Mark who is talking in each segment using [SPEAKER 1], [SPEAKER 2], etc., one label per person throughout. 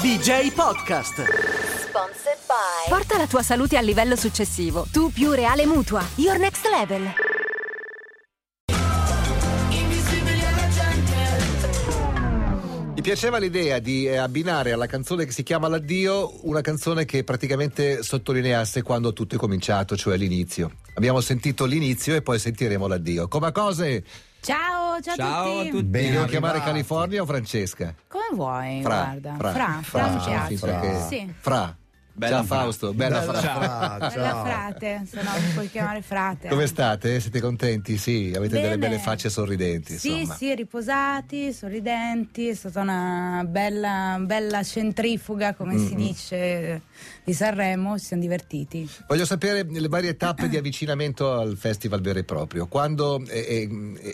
[SPEAKER 1] BJ Podcast.
[SPEAKER 2] Sponsored by
[SPEAKER 3] Porta la tua salute al livello successivo. Tu più reale mutua. Your next level.
[SPEAKER 4] Mi piaceva l'idea di eh, abbinare alla canzone che si chiama L'addio una canzone che praticamente sottolineasse quando tutto è cominciato, cioè l'inizio. Abbiamo sentito l'inizio e poi sentiremo l'addio. Come cose?
[SPEAKER 5] Ciao, ciao,
[SPEAKER 6] Ciao
[SPEAKER 5] a
[SPEAKER 6] a
[SPEAKER 5] tutti.
[SPEAKER 6] tutti.
[SPEAKER 4] Devo
[SPEAKER 6] Arrivati.
[SPEAKER 4] chiamare California o Francesca?
[SPEAKER 5] Come vuoi,
[SPEAKER 4] Fra,
[SPEAKER 5] Eh, guarda.
[SPEAKER 4] fra,
[SPEAKER 5] fra,
[SPEAKER 4] fra,
[SPEAKER 5] mi
[SPEAKER 4] fra,
[SPEAKER 5] piace.
[SPEAKER 4] fra, che-
[SPEAKER 5] Sì.
[SPEAKER 4] Fra.
[SPEAKER 6] Bella
[SPEAKER 4] ciao
[SPEAKER 6] Fra.
[SPEAKER 4] Fausto, bella, Fra. Ah,
[SPEAKER 5] Bella frate, se no mi puoi chiamare frate.
[SPEAKER 4] Come state? Siete contenti? Sì, avete delle
[SPEAKER 5] Bene.
[SPEAKER 4] belle facce sorridenti.
[SPEAKER 5] Sì,
[SPEAKER 4] insomma.
[SPEAKER 5] sì, riposati, sorridenti, è stata una bella, bella centrifuga, come
[SPEAKER 4] Mm,
[SPEAKER 5] si dice, di Sanremo, ci siamo divertiti.
[SPEAKER 4] Voglio sapere le varie tappe di avvicinamento al festival vero e proprio. Quando è, è-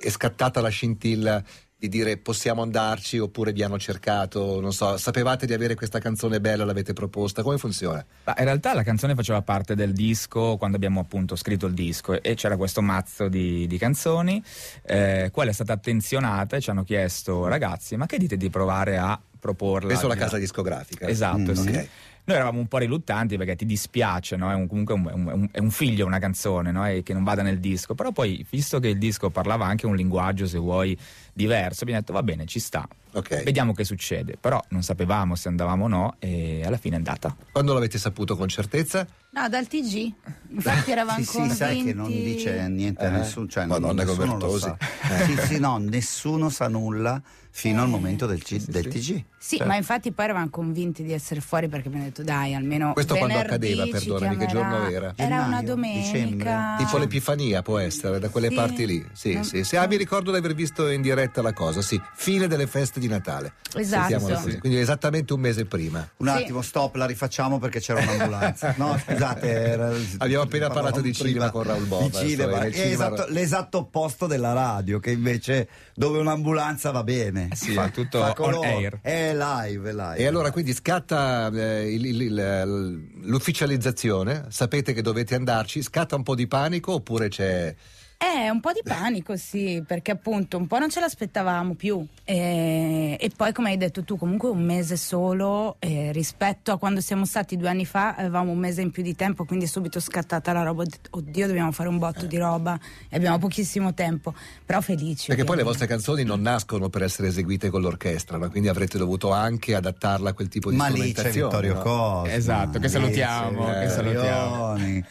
[SPEAKER 4] è scattata la scintilla di dire possiamo andarci oppure vi hanno cercato, non so, sapevate di avere questa canzone bella, l'avete proposta, come funziona?
[SPEAKER 6] Ma in realtà la canzone faceva parte del disco quando abbiamo appunto scritto il disco e c'era questo mazzo di, di canzoni, eh, quella è stata attenzionata e ci hanno chiesto ragazzi ma che dite di provare a proporla?
[SPEAKER 4] Penso alla
[SPEAKER 6] Già.
[SPEAKER 4] casa discografica.
[SPEAKER 6] Esatto,
[SPEAKER 4] Mm,
[SPEAKER 6] sì.
[SPEAKER 4] ok.
[SPEAKER 6] Noi eravamo un po' riluttanti perché ti dispiace, no? È un- comunque un- un- un- è un figlio una canzone, no? E che non vada nel disco. Però poi, visto che il disco parlava anche un linguaggio, se vuoi, diverso, abbiamo detto va bene, ci sta,
[SPEAKER 4] Ok.
[SPEAKER 6] vediamo che succede. Però non sapevamo se andavamo o no e alla fine è andata.
[SPEAKER 4] Quando l'avete saputo con certezza?
[SPEAKER 5] No, dal TG. Infatti eravamo
[SPEAKER 7] Sì, sì, sai che non
[SPEAKER 5] convinti-
[SPEAKER 7] dice niente
[SPEAKER 4] Eh,
[SPEAKER 7] a nessuno, cioè
[SPEAKER 4] Madonna,
[SPEAKER 7] non, nessuno lo
[SPEAKER 4] Gobertosi.
[SPEAKER 7] sa. Sì, sì, no, nessuno sa nulla fino al momento del, G- del TG.
[SPEAKER 5] Sì,
[SPEAKER 4] Certo.
[SPEAKER 5] ma infatti poi eravamo convinti di essere fuori perché abbiamo detto dai, almeno
[SPEAKER 4] Questo quando
[SPEAKER 5] venerdì
[SPEAKER 4] accadeva,
[SPEAKER 5] ci
[SPEAKER 4] perdonami, che
[SPEAKER 5] chiamerà.
[SPEAKER 4] giorno era?
[SPEAKER 5] Era una
[SPEAKER 7] Gennaio,
[SPEAKER 5] domenica.
[SPEAKER 7] dicembre.
[SPEAKER 4] Tipo l'Epifania può essere, da quelle
[SPEAKER 5] Ah. Sì.
[SPEAKER 4] parti lì. Sì,
[SPEAKER 5] Mm.
[SPEAKER 4] sì, sì. Ah, mi ricordo di aver visto in diretta la cosa, sì. Fine delle feste di Natale. Sentiamola
[SPEAKER 5] Esatto.
[SPEAKER 4] così. Quindi esattamente un mese prima.
[SPEAKER 7] Un
[SPEAKER 5] Sì.
[SPEAKER 7] attimo, stop, la rifacciamo perché c'era un'ambulanza. No, scusate, era-
[SPEAKER 4] Abbiamo appena
[SPEAKER 7] parlavamo
[SPEAKER 4] parlato di
[SPEAKER 7] prima
[SPEAKER 4] cinema con Raoul Bova,
[SPEAKER 7] Di cinema,
[SPEAKER 4] storia del
[SPEAKER 7] è
[SPEAKER 4] cinema.
[SPEAKER 7] esatto- l'esatto opposto della radio, che invece dove un'ambulanza va bene.
[SPEAKER 4] Eh,
[SPEAKER 6] sì, è tutto on
[SPEAKER 7] colore.
[SPEAKER 6] air.
[SPEAKER 7] È live, è live.
[SPEAKER 4] E allora quindi scatta eh, il- il- il- l'ufficializzazione, sapete che dovete andarci, scatta un po' di panico oppure c'è...
[SPEAKER 5] Eh, un po' di panico, sì, perché appunto un po' non ce l'aspettavamo più. E, e poi, come hai detto tu, comunque un mese solo eh, rispetto a quando siamo stati due anni fa, avevamo un mese in più di tempo, quindi è subito scattata la roba. ho detto, Oddio, dobbiamo fare un botto di roba e abbiamo pochissimo tempo, però felici.
[SPEAKER 4] Perché poi le vostre
[SPEAKER 5] ovviamente.
[SPEAKER 4] canzoni non nascono per essere eseguite con l'orchestra, ma quindi avrete dovuto anche adattarla a quel tipo di
[SPEAKER 7] Ma lì c'è
[SPEAKER 4] strumentazione.
[SPEAKER 7] Vittorio
[SPEAKER 4] no?
[SPEAKER 7] Cosma.
[SPEAKER 6] Esatto, che
[SPEAKER 7] lì
[SPEAKER 6] salutiamo,
[SPEAKER 7] c'è
[SPEAKER 4] che
[SPEAKER 6] salutiamo.
[SPEAKER 7] Rioni,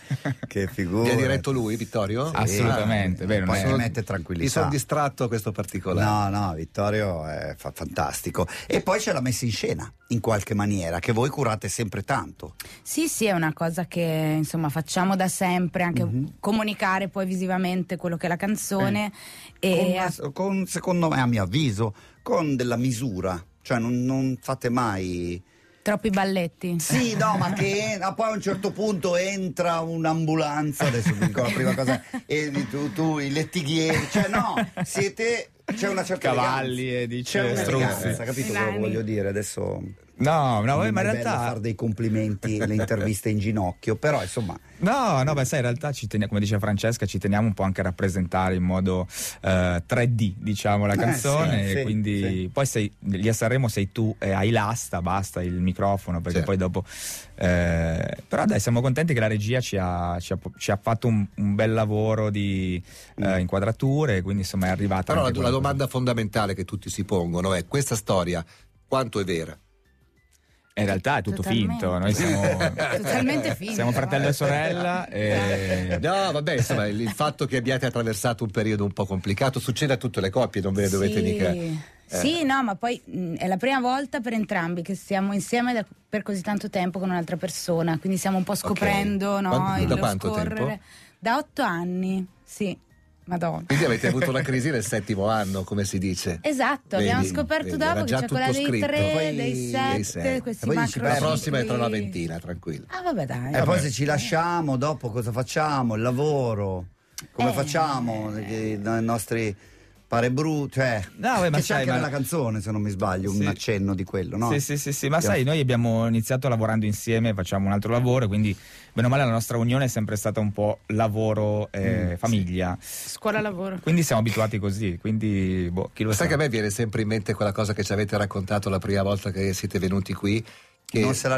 [SPEAKER 7] Che figura.
[SPEAKER 4] Vi ha diretto lui, Vittorio? Ah.
[SPEAKER 6] Assolutamente, vero,
[SPEAKER 7] Poi
[SPEAKER 6] non è-
[SPEAKER 7] si mette
[SPEAKER 4] Mi
[SPEAKER 7] Ah, tranquillità.
[SPEAKER 4] sono distratto a questo particolare.
[SPEAKER 7] No, no, Vittorio è fa- fantastico. E poi c'è la messa in scena, in qualche maniera, che voi curate sempre tanto.
[SPEAKER 5] Sì, sì, è una cosa che insomma facciamo da sempre, anche
[SPEAKER 4] Mhm.
[SPEAKER 5] comunicare poi visivamente quello che è la canzone.
[SPEAKER 4] Eh.
[SPEAKER 5] E a-
[SPEAKER 7] Con- con, secondo me, a mio avviso, con della misura. Cioè, non, non fate mai.
[SPEAKER 5] troppi balletti.
[SPEAKER 7] Sì, no, ma che ah, poi a un certo punto entra un'ambulanza. Adesso vi dico la prima cosa. E di tu, tu i lettighieri. Cioè, no, siete. C'è una certa
[SPEAKER 6] Cavalli
[SPEAKER 7] eleganza.
[SPEAKER 6] e dice
[SPEAKER 7] c'è una
[SPEAKER 6] struzzi.
[SPEAKER 7] eleganza, capito cosa
[SPEAKER 5] Nani.
[SPEAKER 7] voglio dire adesso?
[SPEAKER 6] No, no, ma in
[SPEAKER 7] Non è bello
[SPEAKER 6] realtà...
[SPEAKER 7] fare dei complimenti, le interviste in ginocchio, però insomma,
[SPEAKER 6] Eh, No, no, beh, sai, in realtà ci teniamo, come diceva Francesca, ci teniamo un po' anche a rappresentare in modo eh, 3D, diciamo, la
[SPEAKER 7] Eh,
[SPEAKER 6] canzone.
[SPEAKER 7] sì,
[SPEAKER 6] e
[SPEAKER 7] sì,
[SPEAKER 6] quindi
[SPEAKER 7] sì.
[SPEAKER 6] poi sei, lì a Sanremo sei tu, eh, hai l'asta, basta il microfono, perché
[SPEAKER 4] Certo.
[SPEAKER 6] poi dopo. eh, però dai, siamo contenti che la regia ci ha, ci ha- ci ha fatto un, un bel lavoro di eh,
[SPEAKER 7] Mm.
[SPEAKER 6] inquadrature, quindi insomma è arrivata.
[SPEAKER 4] Però la,
[SPEAKER 6] anche
[SPEAKER 4] la
[SPEAKER 6] quella cosa.
[SPEAKER 4] domanda fondamentale che tutti si pongono è questa storia quanto è vera?
[SPEAKER 6] In realtà è tutto
[SPEAKER 5] Totalmente.
[SPEAKER 6] finto, noi siamo.
[SPEAKER 5] Totalmente finto.
[SPEAKER 6] Siamo fratello e sorella. e-
[SPEAKER 5] Eh.
[SPEAKER 4] No, vabbè, insomma, il, il fatto che abbiate attraversato un periodo un po' complicato succede a tutte le coppie, non ve ne dovete
[SPEAKER 5] Sì.
[SPEAKER 4] mica... eh.
[SPEAKER 5] Sì, no, ma poi mh, è la prima volta per entrambi che siamo insieme da- per così tanto tempo con un'altra persona, quindi stiamo un po' scoprendo no,
[SPEAKER 4] Quanto-
[SPEAKER 5] il-
[SPEAKER 4] da
[SPEAKER 5] lo
[SPEAKER 4] quanto
[SPEAKER 5] scorrere.
[SPEAKER 4] tempo?
[SPEAKER 5] Da otto anni, sì, madonna.
[SPEAKER 4] Quindi avete avuto una crisi nel settimo anno, come si dice.
[SPEAKER 5] Esatto, abbiamo
[SPEAKER 4] Vedi,
[SPEAKER 5] scoperto
[SPEAKER 4] vedi, era
[SPEAKER 5] dopo che
[SPEAKER 4] già
[SPEAKER 5] c'è quella
[SPEAKER 4] tutto
[SPEAKER 5] dei
[SPEAKER 4] scritto.
[SPEAKER 5] tre, dei
[SPEAKER 7] Poi-
[SPEAKER 4] Dei
[SPEAKER 5] sette,
[SPEAKER 4] sei.
[SPEAKER 5] questi
[SPEAKER 7] E poi dici,
[SPEAKER 5] macro
[SPEAKER 7] beh,
[SPEAKER 4] La prossima è tra
[SPEAKER 5] cicli.
[SPEAKER 4] una ventina, Eh, tranquillo.
[SPEAKER 5] Ah, vabbè, dai.
[SPEAKER 7] e eh, poi se ci lasciamo dopo cosa facciamo? Il lavoro, come
[SPEAKER 5] Eh.
[SPEAKER 7] facciamo? I i nostri pare brutti, cioè,
[SPEAKER 6] No, beh, ma
[SPEAKER 7] che c'è
[SPEAKER 6] sai,
[SPEAKER 7] anche
[SPEAKER 6] ma-
[SPEAKER 7] nella canzone se non mi sbaglio,
[SPEAKER 6] Sì.
[SPEAKER 7] un accenno di quello, no?
[SPEAKER 6] Sì, sì, sì, sì, ma
[SPEAKER 7] Abbiamo-
[SPEAKER 6] sai, noi abbiamo iniziato lavorando insieme, facciamo un altro lavoro, quindi bene o male la nostra unione è sempre stata un po' lavoro
[SPEAKER 7] Mm,
[SPEAKER 6] e famiglia.
[SPEAKER 5] Scuola lavoro.
[SPEAKER 6] Quindi siamo abituati così, quindi boh, chi lo
[SPEAKER 4] Sai
[SPEAKER 6] sa.
[SPEAKER 4] che a me viene sempre in mente quella cosa che ci avete raccontato la prima volta che siete venuti qui, che
[SPEAKER 7] Non se la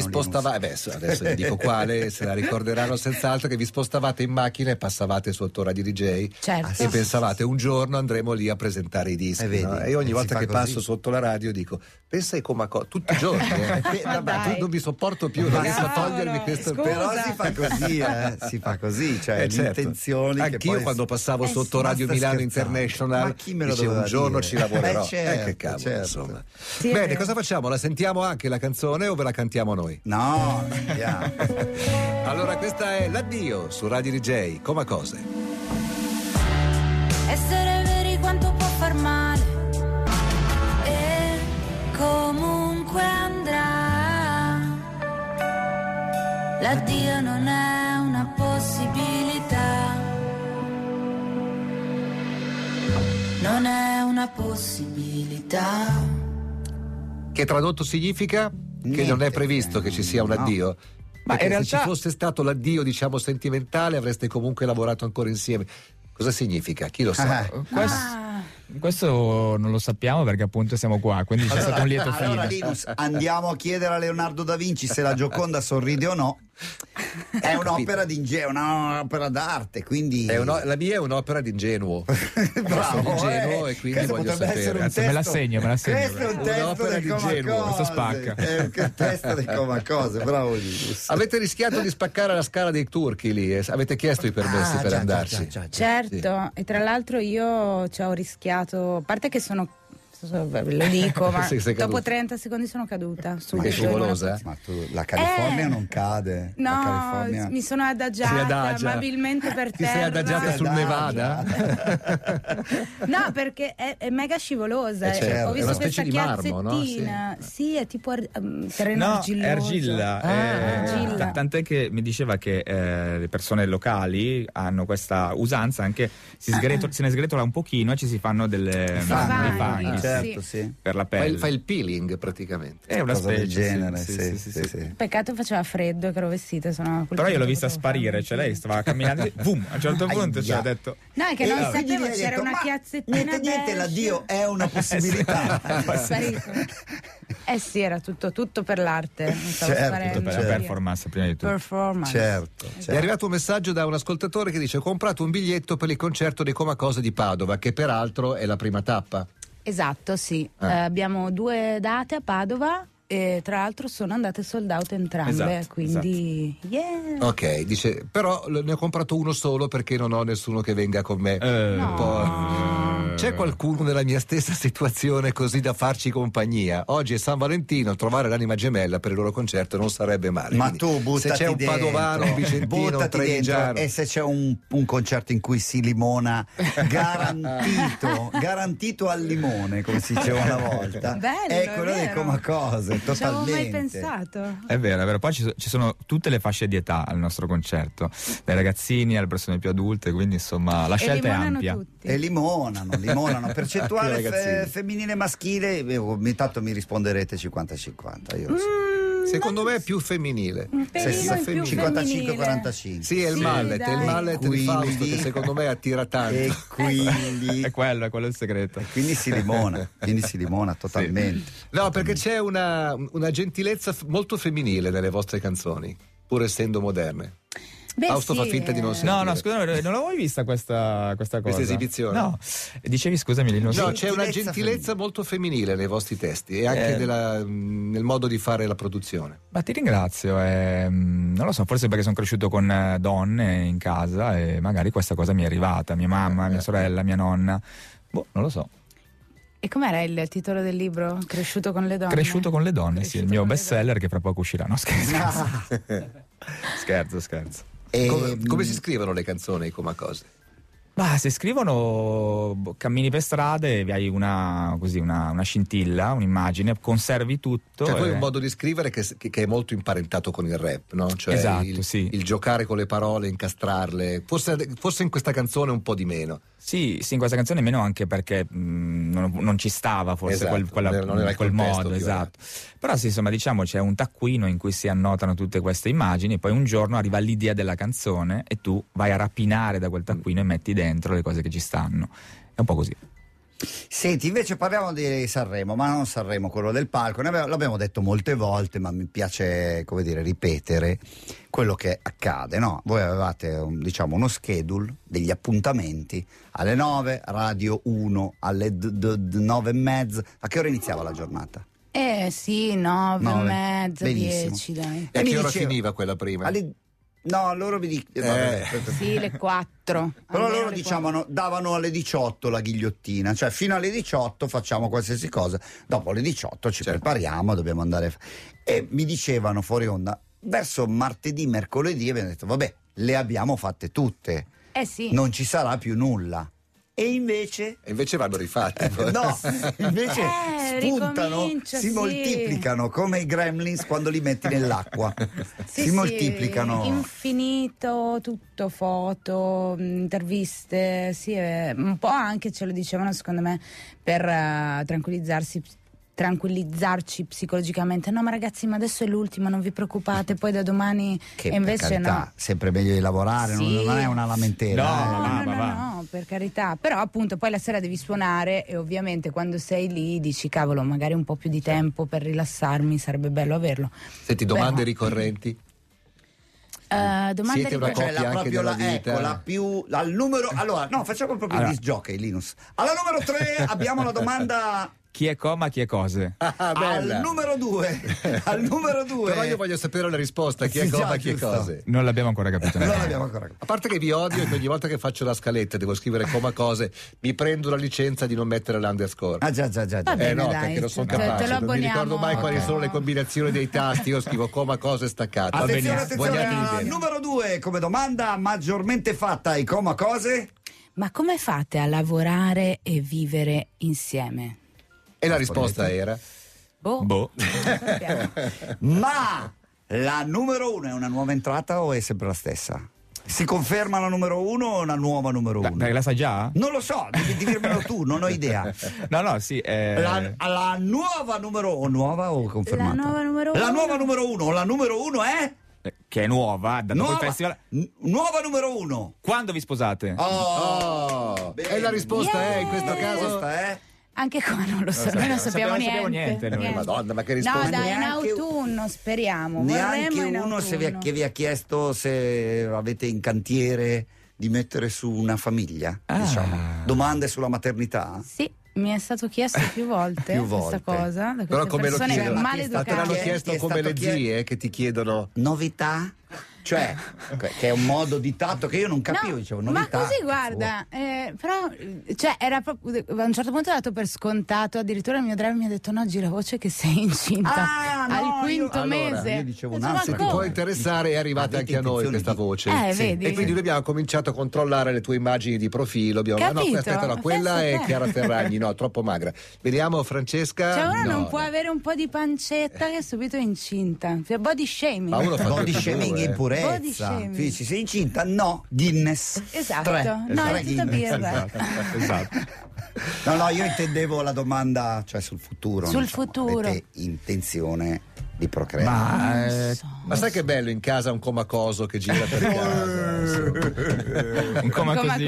[SPEAKER 4] Vi
[SPEAKER 7] Linus.
[SPEAKER 4] spostavate, eh adesso, adesso vi dico quale, se la ricorderanno senz'altro, che vi spostavate in macchina e passavate sotto Radio DJ
[SPEAKER 5] Certo.
[SPEAKER 4] e pensavate un giorno andremo lì a presentare i dischi.
[SPEAKER 7] Eh, vedi,
[SPEAKER 4] no? E ogni
[SPEAKER 7] si
[SPEAKER 4] volta
[SPEAKER 7] fa
[SPEAKER 4] che
[SPEAKER 7] così.
[SPEAKER 4] passo sotto la radio dico, pensa ai Comaco, tutti i giorni, eh. Eh,
[SPEAKER 5] Ma
[SPEAKER 4] vabbè,
[SPEAKER 5] dai.
[SPEAKER 4] non vi sopporto più, non riesco a
[SPEAKER 5] Cavolo,
[SPEAKER 4] togliermi questo...
[SPEAKER 5] scusa.
[SPEAKER 4] Però-
[SPEAKER 7] Però si fa così, eh, si fa così, cioè
[SPEAKER 4] Eh, certo.
[SPEAKER 7] l'intenzione che
[SPEAKER 4] Anch'io
[SPEAKER 7] poi-
[SPEAKER 4] quando passavo
[SPEAKER 5] Eh,
[SPEAKER 4] sotto
[SPEAKER 5] sì.
[SPEAKER 4] Radio
[SPEAKER 7] Basta
[SPEAKER 4] Milano
[SPEAKER 7] scherzare.
[SPEAKER 4] International
[SPEAKER 7] Ma chi me lo
[SPEAKER 4] dicevo,
[SPEAKER 7] doveva
[SPEAKER 4] un giorno
[SPEAKER 7] dire?"
[SPEAKER 4] ci lavorerò.
[SPEAKER 7] Eh, certo,
[SPEAKER 4] eh, che cavolo,
[SPEAKER 7] certo.
[SPEAKER 4] insomma.
[SPEAKER 5] Sì, è
[SPEAKER 4] Bene,
[SPEAKER 5] vero.
[SPEAKER 4] cosa facciamo? La sentiamo anche la canzone o ve la cantiamo noi?
[SPEAKER 7] No, andiamo.
[SPEAKER 4] Allora, questa è l'addio su Radio DJ, Coma Cose.
[SPEAKER 1] essere veri quanto può far male e comunque andrà l'addio non è una possibilità non è una possibilità
[SPEAKER 4] Che tradotto significa che
[SPEAKER 7] Niente,
[SPEAKER 4] non è previsto
[SPEAKER 7] eh,
[SPEAKER 4] che ci sia un
[SPEAKER 7] no.
[SPEAKER 4] addio.
[SPEAKER 6] Ma
[SPEAKER 4] Perché
[SPEAKER 6] in
[SPEAKER 4] se ci
[SPEAKER 6] realtà-
[SPEAKER 4] fosse stato l'addio, diciamo, sentimentale, avreste comunque lavorato ancora insieme. Cosa significa? Chi lo sa?
[SPEAKER 7] Ah,
[SPEAKER 6] Questo, questo non lo sappiamo perché appunto siamo qua, quindi c'è stato un lieto fine.
[SPEAKER 7] allora, Linus, andiamo a chiedere a Leonardo da Vinci se la Gioconda sorride o no. È un'opera di inge- un'opera d'arte, quindi
[SPEAKER 4] È uno- la mia è un'opera di ingenuo.
[SPEAKER 7] Bravo,
[SPEAKER 4] sono ingenuo
[SPEAKER 7] eh.
[SPEAKER 4] e quindi
[SPEAKER 7] Questo
[SPEAKER 4] voglio
[SPEAKER 7] potrebbe
[SPEAKER 4] sapere.
[SPEAKER 7] essere un
[SPEAKER 6] Cazzo, me la
[SPEAKER 7] testo-
[SPEAKER 6] segno, me la segno.
[SPEAKER 7] Questo è un testo
[SPEAKER 4] Un'opera
[SPEAKER 7] del
[SPEAKER 4] di
[SPEAKER 7] Coma
[SPEAKER 4] ingenuo,
[SPEAKER 7] Cose.
[SPEAKER 6] questo spacca.
[SPEAKER 7] È un testo del Coma Cose, bravo Linus.
[SPEAKER 4] Avete rischiato di spaccare la scala dei turchi lì, eh? avete chiesto i permessi
[SPEAKER 7] Ah,
[SPEAKER 4] per
[SPEAKER 7] già,
[SPEAKER 4] andarci.
[SPEAKER 7] già, già, già, già.
[SPEAKER 5] Certo, e tra l'altro io ci ho rischiato, a parte che sono, lo dico, ma
[SPEAKER 4] Sei- sei
[SPEAKER 5] dopo
[SPEAKER 4] caduta.
[SPEAKER 5] 30 secondi sono caduta.
[SPEAKER 4] Perché
[SPEAKER 5] subito,
[SPEAKER 4] sei scivolosa? eh?
[SPEAKER 5] in una-
[SPEAKER 7] Ma tu, la California
[SPEAKER 5] Eh.
[SPEAKER 7] non cade. la
[SPEAKER 5] No,
[SPEAKER 7] California...
[SPEAKER 5] mi sono
[SPEAKER 4] Si
[SPEAKER 5] adagiata
[SPEAKER 4] adagia.
[SPEAKER 5] amabilmente per
[SPEAKER 4] Ti
[SPEAKER 5] terra.
[SPEAKER 4] sei adagiata
[SPEAKER 7] Si
[SPEAKER 4] sul
[SPEAKER 7] adagia.
[SPEAKER 4] Nevada?
[SPEAKER 5] No, perché è, è mega scivolosa.
[SPEAKER 4] Eh, certo,
[SPEAKER 5] Ho
[SPEAKER 7] è
[SPEAKER 5] visto
[SPEAKER 7] una
[SPEAKER 4] specie
[SPEAKER 5] questa
[SPEAKER 4] di marmo, no?
[SPEAKER 5] chiazzettina. Sì. è tipo ar- um, terreno
[SPEAKER 6] No, è
[SPEAKER 5] argilloso. Ah,
[SPEAKER 6] argilla. eh,
[SPEAKER 5] argilla.
[SPEAKER 6] t- tant'è che mi diceva che eh, le persone locali hanno questa usanza anche si sgreto- se ne sgretola un pochino e ci si fanno
[SPEAKER 7] Eh,
[SPEAKER 6] delle
[SPEAKER 5] fanghi,
[SPEAKER 6] dei fanghi, sì,
[SPEAKER 7] certo, sì.
[SPEAKER 6] per la
[SPEAKER 4] Fai il,
[SPEAKER 6] pelle.
[SPEAKER 4] fai il peeling praticamente.
[SPEAKER 6] È una
[SPEAKER 7] Cosa
[SPEAKER 6] specie
[SPEAKER 7] del
[SPEAKER 6] sì,
[SPEAKER 7] genere,
[SPEAKER 6] sì, sì, sì, sì.
[SPEAKER 5] Peccato faceva freddo che ero vestita, se no a quel
[SPEAKER 6] Però io
[SPEAKER 5] punto
[SPEAKER 6] l'ho vista
[SPEAKER 5] potevo fare
[SPEAKER 6] sparire,
[SPEAKER 5] un
[SPEAKER 6] cioè lei
[SPEAKER 5] giro.
[SPEAKER 6] stava Eh, camminando, boom, a un certo punto ci
[SPEAKER 7] Aia.
[SPEAKER 6] ha detto
[SPEAKER 5] No, è che non
[SPEAKER 7] E quindi
[SPEAKER 5] sapevo,
[SPEAKER 7] gli hai
[SPEAKER 5] c'era
[SPEAKER 7] detto,
[SPEAKER 5] una
[SPEAKER 7] "Ma
[SPEAKER 5] chiazzettina
[SPEAKER 7] Niente, niente,
[SPEAKER 5] beige."
[SPEAKER 7] l'addio è una possibilità.
[SPEAKER 5] È sparito. Eh sì, era tutto, tutto per l'arte. mi stavo
[SPEAKER 7] Certo,
[SPEAKER 5] sparendo,
[SPEAKER 6] tutto per la
[SPEAKER 5] sì.
[SPEAKER 6] performance prima di tutto.
[SPEAKER 5] Performance.
[SPEAKER 7] certo,
[SPEAKER 4] È
[SPEAKER 7] certo.
[SPEAKER 4] arrivato un messaggio da un ascoltatore che dice: Ho comprato un biglietto per il concerto dei Comacose di Padova, che peraltro è la prima tappa.
[SPEAKER 5] Esatto, sì.
[SPEAKER 4] Ah.
[SPEAKER 5] Eh, abbiamo due date a Padova e tra l'altro sono andate sold out entrambe,
[SPEAKER 6] Esatto,
[SPEAKER 5] quindi yeah.
[SPEAKER 4] Ok, dice: Però l- ne ho comprato uno solo perché non ho nessuno che venga con me.
[SPEAKER 6] Eh,
[SPEAKER 5] No.
[SPEAKER 4] po'. C'è qualcuno nella mia stessa situazione così da farci compagnia? Oggi è San Valentino, trovare l'anima gemella per il loro concerto non sarebbe male.
[SPEAKER 7] Ma
[SPEAKER 4] Quindi,
[SPEAKER 7] tu buttati
[SPEAKER 4] Se c'è un
[SPEAKER 7] dentro,
[SPEAKER 4] padovano, un vicentino, un
[SPEAKER 7] buttati dentro, Eh,
[SPEAKER 4] trevigiano.
[SPEAKER 7] e se c'è un, un concerto in cui si limona garantito, garantito al limone, come si diceva una volta,
[SPEAKER 5] Bello,
[SPEAKER 7] è quello
[SPEAKER 5] è
[SPEAKER 7] dei
[SPEAKER 5] vero.
[SPEAKER 7] Comacose,
[SPEAKER 5] Non ci avevo
[SPEAKER 7] totalmente.
[SPEAKER 5] mai pensato.
[SPEAKER 6] È vero, è vero. Poi ci, so- ci sono tutte le fasce di età al nostro concerto, dai ragazzini alle persone più adulte, quindi insomma la
[SPEAKER 5] e
[SPEAKER 6] scelta è
[SPEAKER 5] limonano
[SPEAKER 6] ampia.
[SPEAKER 5] tutti.
[SPEAKER 7] E limonano, limonano. Percentuale
[SPEAKER 4] Anche i
[SPEAKER 7] fe-
[SPEAKER 4] ragazzini.
[SPEAKER 7] femminile e maschile, eh, ogni tanto mi risponderete 50-50. Io lo so.
[SPEAKER 4] Secondo me è più femminile.
[SPEAKER 5] Un pelino
[SPEAKER 4] Sì, sì,
[SPEAKER 5] Mm, in più
[SPEAKER 7] 55
[SPEAKER 5] femminile.
[SPEAKER 7] 45
[SPEAKER 4] Sì, è il
[SPEAKER 5] Sì,
[SPEAKER 4] mallet, è il
[SPEAKER 5] dai.
[SPEAKER 4] mallet di
[SPEAKER 7] Quindi- Eh,
[SPEAKER 4] Fausto che secondo me attira tanto.
[SPEAKER 7] e quindi
[SPEAKER 6] È quello, è quello il segreto.
[SPEAKER 7] quindi si limona quindi si limona totalmente
[SPEAKER 4] No, perché c'è una, una gentilezza f- molto femminile nelle vostre canzoni, pur essendo moderne.
[SPEAKER 5] Beh,
[SPEAKER 4] Fausto fa finta di non
[SPEAKER 5] eh.
[SPEAKER 4] sentire.
[SPEAKER 6] No, no, scusami, non l'avevo mai vista questa, questa cosa.
[SPEAKER 4] Questa esibizione?
[SPEAKER 6] No, dicevi scusami, Lino.
[SPEAKER 4] No,
[SPEAKER 6] sì.
[SPEAKER 4] c'è una
[SPEAKER 7] Gentilezza
[SPEAKER 4] gentilezza
[SPEAKER 7] femminile.
[SPEAKER 4] molto femminile nei vostri testi e anche
[SPEAKER 6] Eh.
[SPEAKER 4] nella- mh, nel modo di fare la produzione.
[SPEAKER 6] Ma ti ringrazio, ehm, non lo so, forse perché sono cresciuto con eh, donne in casa e magari questa cosa mi è arrivata, mia mamma, mia sorella, mia nonna. Boh, non lo so.
[SPEAKER 5] E com'era il titolo del libro? Cresciuto con le donne.
[SPEAKER 6] Cresciuto con le donne, sì, il
[SPEAKER 5] Cresciuto
[SPEAKER 6] mio
[SPEAKER 5] con le
[SPEAKER 6] best seller che fra poco uscirà. No, scherzo. scherzo, scherzo.
[SPEAKER 7] E- mm,
[SPEAKER 4] come, come si scrivono le canzoni come cose?
[SPEAKER 6] Bah, se scrivono boh, cammini per strade, e hai una, così, una, una scintilla, un'immagine, conservi tutto.
[SPEAKER 4] Cioè, voi
[SPEAKER 6] e-
[SPEAKER 4] un modo di scrivere che, che- che è molto imparentato con il rap, no? Cioè
[SPEAKER 6] Esatto,
[SPEAKER 4] il,
[SPEAKER 6] sì.
[SPEAKER 4] il giocare con le parole, incastrarle. Forse, forse in questa canzone un po' di meno.
[SPEAKER 6] Sì, sì, in questa canzone meno anche perché mh, non, non ci stava forse
[SPEAKER 4] Esatto,
[SPEAKER 6] quel, quella-
[SPEAKER 4] non era- non era il
[SPEAKER 6] quel
[SPEAKER 4] contesto
[SPEAKER 6] modo,
[SPEAKER 4] più
[SPEAKER 6] esatto. Però sì, insomma, diciamo c'è un taccuino in cui si annotano tutte queste immagini, poi un giorno arriva l'idea della canzone e tu vai a rapinare da quel taccuino e metti dentro le cose che ci stanno. È un po' così.
[SPEAKER 7] Senti, invece parliamo di Sanremo, ma non Sanremo, quello del palco. Ne abbiamo- l'abbiamo detto molte volte, ma mi piace, come dire, ripetere quello che accade. No? Voi avevate, un- diciamo, uno schedule degli appuntamenti alle 9, Radio 1, alle d- d- d- 9 e mezza. A che ora iniziava la giornata?
[SPEAKER 5] Eh sì, nove,
[SPEAKER 7] Nove. Eh.
[SPEAKER 5] e mezza,
[SPEAKER 7] Benissimo.
[SPEAKER 5] dieci, dai.
[SPEAKER 4] E a
[SPEAKER 7] mi
[SPEAKER 4] che ora
[SPEAKER 7] diceva-
[SPEAKER 4] finiva quella prima?
[SPEAKER 7] Alle- No, loro mi dic-
[SPEAKER 4] Eh.
[SPEAKER 7] vabbè, aspetta.
[SPEAKER 5] Sì, le quattro.
[SPEAKER 7] Però
[SPEAKER 5] almeno
[SPEAKER 7] loro
[SPEAKER 5] le
[SPEAKER 7] diciamo, no, davano alle 18 la ghigliottina, cioè fino alle 18 facciamo qualsiasi cosa, dopo alle 18 ci
[SPEAKER 4] Certo.
[SPEAKER 7] prepariamo, dobbiamo andare. a fa- E mi dicevano fuori onda, verso martedì, mercoledì, abbiamo detto, vabbè, le abbiamo fatte tutte,
[SPEAKER 5] quattro. Eh sì.
[SPEAKER 7] non ci sarà più nulla. E invece...
[SPEAKER 4] E invece vanno rifatte. poi.
[SPEAKER 7] No, invece
[SPEAKER 5] Eh,
[SPEAKER 7] spuntano,
[SPEAKER 5] ricomincia,
[SPEAKER 7] si
[SPEAKER 5] sì.
[SPEAKER 7] moltiplicano come i gremlins quando li metti nell'acqua.
[SPEAKER 5] Sì,
[SPEAKER 7] si
[SPEAKER 5] sì,
[SPEAKER 7] moltiplicano.
[SPEAKER 5] Infinito, tutto, foto, mh, interviste, sì, eh, un po' anche ce lo dicevano secondo me per eh, tranquillizzarsi tranquillizzarci psicologicamente no ma ragazzi ma adesso è l'ultimo non vi preoccupate poi da domani
[SPEAKER 7] Che
[SPEAKER 5] e
[SPEAKER 7] per
[SPEAKER 5] invece
[SPEAKER 7] carità,
[SPEAKER 5] no
[SPEAKER 7] sempre meglio di lavorare, non-
[SPEAKER 5] Sì.
[SPEAKER 7] non è una lamentela.
[SPEAKER 6] No,
[SPEAKER 7] eh.
[SPEAKER 6] no,
[SPEAKER 5] No,
[SPEAKER 6] Ah,
[SPEAKER 5] no,
[SPEAKER 6] va,
[SPEAKER 5] no,
[SPEAKER 6] va.
[SPEAKER 5] no, per carità. Però appunto poi la sera devi suonare e ovviamente quando sei lì dici cavolo, magari un po' più di tempo per rilassarmi, sarebbe bello averlo.
[SPEAKER 4] Senti, domande ricorrenti?
[SPEAKER 5] Eh, domanda
[SPEAKER 4] Siete una
[SPEAKER 5] ricorrente.
[SPEAKER 7] Cioè, la
[SPEAKER 4] anche
[SPEAKER 7] proprio
[SPEAKER 4] della
[SPEAKER 7] la,
[SPEAKER 4] vita.
[SPEAKER 7] ecco, la più al numero allora no facciamo proprio il
[SPEAKER 6] Allora.
[SPEAKER 7] disc jockey Linus alla numero 3 abbiamo la domanda
[SPEAKER 6] Chi è coma, chi è cose?
[SPEAKER 4] Ah, bella.
[SPEAKER 7] al numero 2 al numero 2
[SPEAKER 4] Però io voglio sapere la risposta, chi è
[SPEAKER 7] Sì, già,
[SPEAKER 4] cosa, chi è
[SPEAKER 7] giusto.
[SPEAKER 4] cose.
[SPEAKER 6] Non l'abbiamo ancora capito.
[SPEAKER 7] non
[SPEAKER 6] neanche.
[SPEAKER 7] l'abbiamo ancora capito.
[SPEAKER 4] A parte che vi odio e che ogni volta che faccio la scaletta e devo scrivere coma cose, mi prendo la licenza di non mettere l'underscore.
[SPEAKER 7] ah già già già, già.
[SPEAKER 5] Va
[SPEAKER 4] eh
[SPEAKER 5] bene,
[SPEAKER 4] no,
[SPEAKER 5] dai,
[SPEAKER 4] perché non sono
[SPEAKER 5] te- te
[SPEAKER 4] capace,
[SPEAKER 5] lo
[SPEAKER 4] non mi ricordo
[SPEAKER 5] abboniamo.
[SPEAKER 4] mai quali
[SPEAKER 5] Ok.
[SPEAKER 4] sono le combinazioni dei tasti, io scrivo coma cose staccate.
[SPEAKER 6] Va
[SPEAKER 7] attenzione
[SPEAKER 6] benissimo,
[SPEAKER 7] attenzione
[SPEAKER 4] vogliatemi
[SPEAKER 7] al
[SPEAKER 4] bene.
[SPEAKER 7] numero 2 come domanda maggiormente fatta ai coma cose
[SPEAKER 5] Ma come fate a lavorare e vivere insieme?
[SPEAKER 4] E la risposta era?
[SPEAKER 5] Boh.
[SPEAKER 6] Boh.
[SPEAKER 5] non sappiamo.
[SPEAKER 7] ma la numero 1 è una nuova entrata o è sempre la stessa si conferma la numero 1 o una nuova numero
[SPEAKER 6] Da-
[SPEAKER 7] 1
[SPEAKER 6] perché la sai già?
[SPEAKER 7] non lo so devi dirmelo tu non ho idea
[SPEAKER 6] No, no, sì. eh,
[SPEAKER 7] La, la nuova numero o nuova o confermata?
[SPEAKER 5] La nuova numero
[SPEAKER 7] La
[SPEAKER 5] uno.
[SPEAKER 7] nuova numero uno, la numero uno è
[SPEAKER 6] Che è nuova, da dopo il
[SPEAKER 7] nuova,
[SPEAKER 6] festival.
[SPEAKER 7] n- nuova numero uno. Oh,
[SPEAKER 6] Quando vi sposate?
[SPEAKER 5] Oh.
[SPEAKER 4] Oh,
[SPEAKER 7] bene.
[SPEAKER 4] e la risposta è in
[SPEAKER 5] Yeah.
[SPEAKER 4] questo
[SPEAKER 7] La
[SPEAKER 4] caso?
[SPEAKER 7] risposta eh. è
[SPEAKER 5] Anche qua non lo so,
[SPEAKER 6] sappiamo.
[SPEAKER 5] noi non sappiamo,
[SPEAKER 6] Sappiamo- sappiamo niente noi.
[SPEAKER 4] Eh, Madonna, ma che
[SPEAKER 5] No,
[SPEAKER 4] risposta?
[SPEAKER 5] dai, in
[SPEAKER 7] Neanche-
[SPEAKER 5] autunno speriamo.
[SPEAKER 7] neanche
[SPEAKER 5] Vorremmo in
[SPEAKER 7] uno se vi ha,
[SPEAKER 5] autunno.
[SPEAKER 7] che vi ha chiesto se avete in cantiere di mettere su una famiglia,
[SPEAKER 6] Ah.
[SPEAKER 7] diciamo. Domande sulla maternità.
[SPEAKER 5] Sì, mi è stato chiesto più volte,
[SPEAKER 7] Più
[SPEAKER 5] questa
[SPEAKER 7] volte.
[SPEAKER 5] cosa. Da
[SPEAKER 4] Però
[SPEAKER 5] queste
[SPEAKER 4] come lo
[SPEAKER 5] persone
[SPEAKER 4] chiedono? Ma te
[SPEAKER 5] maleducate.
[SPEAKER 4] l'hanno
[SPEAKER 7] Chi è- chi
[SPEAKER 4] chiesto
[SPEAKER 7] è
[SPEAKER 4] come
[SPEAKER 7] stato
[SPEAKER 4] le
[SPEAKER 7] chi è?
[SPEAKER 4] zie eh, che ti chiedono
[SPEAKER 7] Novità? Cioè, che è un modo di tatto che io non capivo,
[SPEAKER 5] No,
[SPEAKER 7] dicevo,
[SPEAKER 5] ma
[SPEAKER 7] novità.
[SPEAKER 5] così guarda, eh, però eh, cioè, era proprio, a un certo punto è dato per scontato, addirittura il mio driver mi ha detto no, giravoce che sei incinta
[SPEAKER 7] Ah, no,
[SPEAKER 5] al
[SPEAKER 7] io-
[SPEAKER 5] quinto
[SPEAKER 4] Allora,
[SPEAKER 5] mese.
[SPEAKER 7] io dicevo,
[SPEAKER 5] Ho
[SPEAKER 7] no,
[SPEAKER 5] ma
[SPEAKER 7] se ti
[SPEAKER 5] come?
[SPEAKER 4] può
[SPEAKER 7] Come?
[SPEAKER 4] interessare è arrivata
[SPEAKER 7] Avete
[SPEAKER 4] anche a noi
[SPEAKER 7] intenzione
[SPEAKER 4] questa
[SPEAKER 7] di-
[SPEAKER 4] voce
[SPEAKER 5] Eh, vedi?
[SPEAKER 4] e quindi noi abbiamo cominciato a controllare le tue immagini di profilo abbiamo ah, no
[SPEAKER 5] Capito? Eh,
[SPEAKER 4] aspetta no,
[SPEAKER 5] Ma
[SPEAKER 4] quella
[SPEAKER 5] pensa
[SPEAKER 4] è
[SPEAKER 5] te.
[SPEAKER 4] Chiara Ferragni no troppo magra vediamo Francesca
[SPEAKER 5] Cioè, uno
[SPEAKER 4] No,
[SPEAKER 5] non
[SPEAKER 4] no.
[SPEAKER 5] può avere un po' di pancetta che è subito incinta. Cioè, Body shaming.
[SPEAKER 4] ma uno fa
[SPEAKER 7] Body
[SPEAKER 4] tutte e
[SPEAKER 7] shaming
[SPEAKER 4] due, eh.
[SPEAKER 5] Body
[SPEAKER 7] in purezza.
[SPEAKER 5] shaming.
[SPEAKER 7] Tu dici, sei incinta? No, Guinness.
[SPEAKER 5] Esatto.
[SPEAKER 7] Tre.
[SPEAKER 5] No,
[SPEAKER 7] Tre
[SPEAKER 5] è tutta
[SPEAKER 7] Guinness.
[SPEAKER 5] birra.
[SPEAKER 6] Esatto, esatto.
[SPEAKER 7] No, no, io intendevo la domanda, cioè sul futuro.
[SPEAKER 5] Sul
[SPEAKER 7] diciamo.
[SPEAKER 5] futuro.
[SPEAKER 7] Avete intenzione di procreare?
[SPEAKER 6] Ma, eh,
[SPEAKER 4] ma sai che bello in casa un comacoso che gira per
[SPEAKER 7] Eh.
[SPEAKER 4] casa
[SPEAKER 6] un coma
[SPEAKER 5] Come
[SPEAKER 6] così.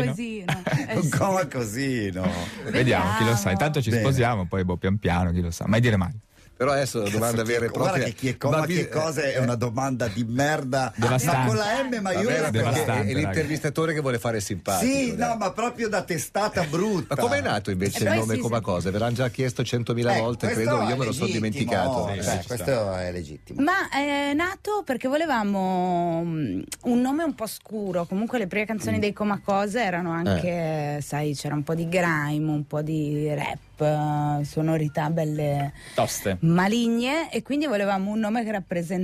[SPEAKER 5] così. no?
[SPEAKER 6] no?
[SPEAKER 5] Eh,
[SPEAKER 7] Un
[SPEAKER 5] sì.
[SPEAKER 7] coma così, no?
[SPEAKER 6] Eh, Vediamo, chi lo sa.
[SPEAKER 5] Vediamo.
[SPEAKER 6] Intanto ci
[SPEAKER 7] Bene.
[SPEAKER 6] sposiamo, poi boh, pian piano, chi lo sa. Mai dire mai.
[SPEAKER 4] però adesso la domanda
[SPEAKER 7] Cazzo, chi-
[SPEAKER 4] vera e propria eh,
[SPEAKER 7] Guarda che chi è coma,
[SPEAKER 4] Ma vi-
[SPEAKER 7] chi è cosa è una domanda di merda. Ma
[SPEAKER 6] Devastante.
[SPEAKER 7] con la M
[SPEAKER 4] Va bene,
[SPEAKER 7] maiuscola.
[SPEAKER 4] perché
[SPEAKER 6] Devastante,
[SPEAKER 4] è
[SPEAKER 6] raga.
[SPEAKER 4] l'intervistatore che vuole fare simpatico
[SPEAKER 7] Sì,
[SPEAKER 4] dai.
[SPEAKER 7] no, ma proprio da testata brutta.
[SPEAKER 4] Ma com'è nato invece
[SPEAKER 5] E
[SPEAKER 4] il
[SPEAKER 5] poi
[SPEAKER 4] nome
[SPEAKER 5] Eh, sì,
[SPEAKER 4] come
[SPEAKER 5] sì.
[SPEAKER 4] cosa? Ve l'hanno già chiesto 100.000
[SPEAKER 7] Ecco,
[SPEAKER 4] volte,
[SPEAKER 7] questo
[SPEAKER 4] credo, io
[SPEAKER 7] è
[SPEAKER 4] me lo sono
[SPEAKER 7] legittimo,
[SPEAKER 4] dimenticato. Eh,
[SPEAKER 7] cioè,
[SPEAKER 6] Sì, ci sta.
[SPEAKER 7] questo è legittimo.
[SPEAKER 5] Ma è nato perché volevamo mm, un nome un po' scuro. Comunque le prime canzoni dei Comacose erano anche, sai, c'era un po' di grime, un po' di rap, eh, sonorità belle
[SPEAKER 6] Toste.
[SPEAKER 5] maligne e quindi volevamo un nome che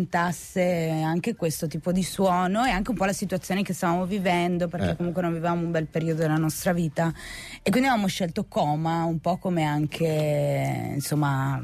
[SPEAKER 5] rappresentasse anche questo tipo di suono e anche un po' la situazione che stavamo vivendo perché
[SPEAKER 4] Eh.
[SPEAKER 5] comunque non vivevamo un bel periodo della nostra vita e quindi avevamo scelto coma un po' come anche insomma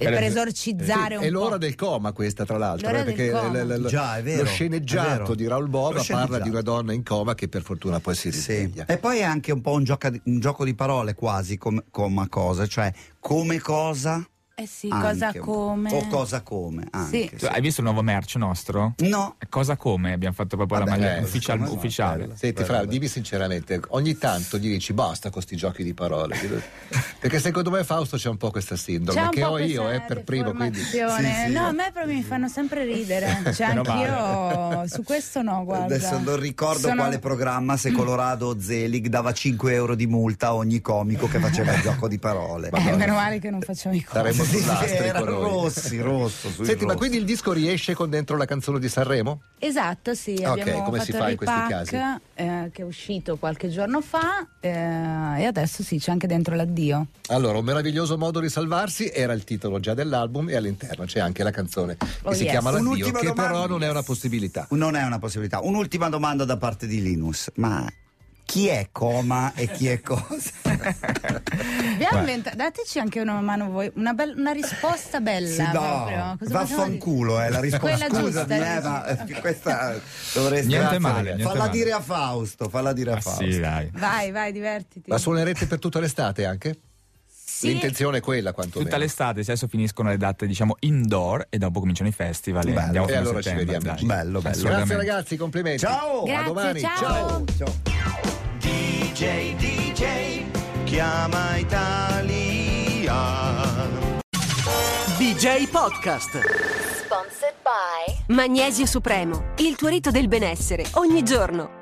[SPEAKER 5] eh,
[SPEAKER 6] Per
[SPEAKER 5] per
[SPEAKER 6] es-
[SPEAKER 5] esorcizzare un
[SPEAKER 4] È l'ora
[SPEAKER 5] po'
[SPEAKER 4] del coma questa, tra l'altro,
[SPEAKER 5] L'ora
[SPEAKER 4] eh,
[SPEAKER 5] del
[SPEAKER 4] perché
[SPEAKER 5] coma.
[SPEAKER 4] l- l- l-
[SPEAKER 7] Già, è vero,
[SPEAKER 4] lo
[SPEAKER 7] è
[SPEAKER 4] sceneggiato
[SPEAKER 7] vero.
[SPEAKER 4] di Raul
[SPEAKER 7] Lo
[SPEAKER 4] Bova parla
[SPEAKER 7] sceneggiato.
[SPEAKER 4] di una donna in coma che per fortuna poi si
[SPEAKER 7] Sì.
[SPEAKER 4] risveglia.
[SPEAKER 7] E poi è anche un po' un, gioca- un gioco di parole quasi, com- coma cosa, cioè come cosa
[SPEAKER 5] Eh sì,
[SPEAKER 7] Anche
[SPEAKER 5] cosa
[SPEAKER 7] un po'.
[SPEAKER 5] come.
[SPEAKER 7] O cosa come, anche,
[SPEAKER 5] Sì.
[SPEAKER 6] Tu Hai visto il nuovo merch nostro? Eh,
[SPEAKER 7] No,
[SPEAKER 6] Cosa come abbiamo fatto proprio
[SPEAKER 7] Vabbè,
[SPEAKER 6] la maglia
[SPEAKER 4] eh,
[SPEAKER 6] ufficial-
[SPEAKER 7] come no,
[SPEAKER 6] ufficiale?
[SPEAKER 7] bella.
[SPEAKER 4] Senti,
[SPEAKER 7] Vabbè,
[SPEAKER 4] Fra,
[SPEAKER 7] vabbè.
[SPEAKER 4] dimmi sinceramente, ogni tanto gli dici basta con sti giochi di parole. Perché secondo me Fausto c'è un po' questa sindrome
[SPEAKER 5] un
[SPEAKER 4] che
[SPEAKER 5] po'
[SPEAKER 4] ho io
[SPEAKER 5] questa
[SPEAKER 4] eh, per primo, quindi
[SPEAKER 5] deformazione.
[SPEAKER 7] Sì, sì.
[SPEAKER 5] No, a me proprio mi fanno sempre ridere. Cioè,
[SPEAKER 6] Meno
[SPEAKER 5] anch'io
[SPEAKER 6] male.
[SPEAKER 5] su questo no, guarda.
[SPEAKER 7] Adesso non ricordo
[SPEAKER 5] Sono-
[SPEAKER 7] quale programma, se Colorado o Zelig dava 5 euro di multa a ogni comico che faceva il gioco di parole.
[SPEAKER 5] Eh, meno male che non facciamo i conti.
[SPEAKER 4] saremmo
[SPEAKER 7] Sì,
[SPEAKER 4] sull'astrico
[SPEAKER 7] era
[SPEAKER 4] noi.
[SPEAKER 7] Rossi, rosso. sui
[SPEAKER 4] Senti, ma
[SPEAKER 7] rossi.
[SPEAKER 4] quindi il disco riesce con dentro la canzone di Sanremo?
[SPEAKER 5] Esatto, sì,
[SPEAKER 4] Ok,
[SPEAKER 5] abbiamo
[SPEAKER 4] come
[SPEAKER 5] fatto
[SPEAKER 4] si fa
[SPEAKER 5] il
[SPEAKER 4] in questi
[SPEAKER 5] repack,
[SPEAKER 4] casi?
[SPEAKER 5] eh, che è uscito qualche giorno fa eh, e adesso sì, c'è anche dentro l'addio.
[SPEAKER 4] Allora, un meraviglioso modo di salvarsi era il titolo già dell'album e all'interno c'è anche la canzone che
[SPEAKER 5] Oh,
[SPEAKER 4] si
[SPEAKER 5] yes.
[SPEAKER 4] chiama L'addio, che
[SPEAKER 7] Un'ultima domanda.
[SPEAKER 4] però non è una possibilità.
[SPEAKER 7] Non è una possibilità. Un'ultima domanda da parte di Linus. Ma chi è coma e chi è cosa?
[SPEAKER 5] Abbiamo inventa- dateci anche una mano voi, una, bel- una risposta bella
[SPEAKER 7] Sì,
[SPEAKER 5] proprio. Cosa
[SPEAKER 7] no,
[SPEAKER 5] possiamo dire?
[SPEAKER 7] vaffanculo è la risposta.
[SPEAKER 5] Quella giusta,
[SPEAKER 7] Scusami, eh,
[SPEAKER 5] giusta.
[SPEAKER 7] ma eh, questa dovresti
[SPEAKER 6] Niente
[SPEAKER 7] Grazie,
[SPEAKER 6] male,
[SPEAKER 7] ragazzi.
[SPEAKER 6] niente
[SPEAKER 7] Falla
[SPEAKER 6] male.
[SPEAKER 7] dire a Fausto, falla dire a
[SPEAKER 6] Ah,
[SPEAKER 7] Fausto.
[SPEAKER 6] sì, dai.
[SPEAKER 5] Vai, vai, divertiti.
[SPEAKER 4] La suonerete per tutta l'estate anche?
[SPEAKER 5] Sì.
[SPEAKER 4] L'intenzione è quella, quantomeno.
[SPEAKER 6] Tutta l'estate, se adesso finiscono le date, diciamo, indoor e dopo cominciano i festival.
[SPEAKER 7] Bello.
[SPEAKER 6] E andiamo
[SPEAKER 4] E
[SPEAKER 6] fino a
[SPEAKER 4] allora ci
[SPEAKER 6] settembre,
[SPEAKER 4] vediamo in
[SPEAKER 6] dai.
[SPEAKER 4] giro.
[SPEAKER 7] Bello, bello.
[SPEAKER 4] Grazie
[SPEAKER 6] Assolutamente.
[SPEAKER 4] ragazzi, complimenti.
[SPEAKER 7] Ciao!
[SPEAKER 4] a
[SPEAKER 5] Grazie,
[SPEAKER 4] domani. ciao.
[SPEAKER 5] ciao.
[SPEAKER 7] Ciao.
[SPEAKER 8] DJ, DJ, chiama Italia.
[SPEAKER 9] DJ Podcast.
[SPEAKER 2] Sponsored by
[SPEAKER 3] Magnesio Supremo, il tuo rito del benessere, ogni giorno.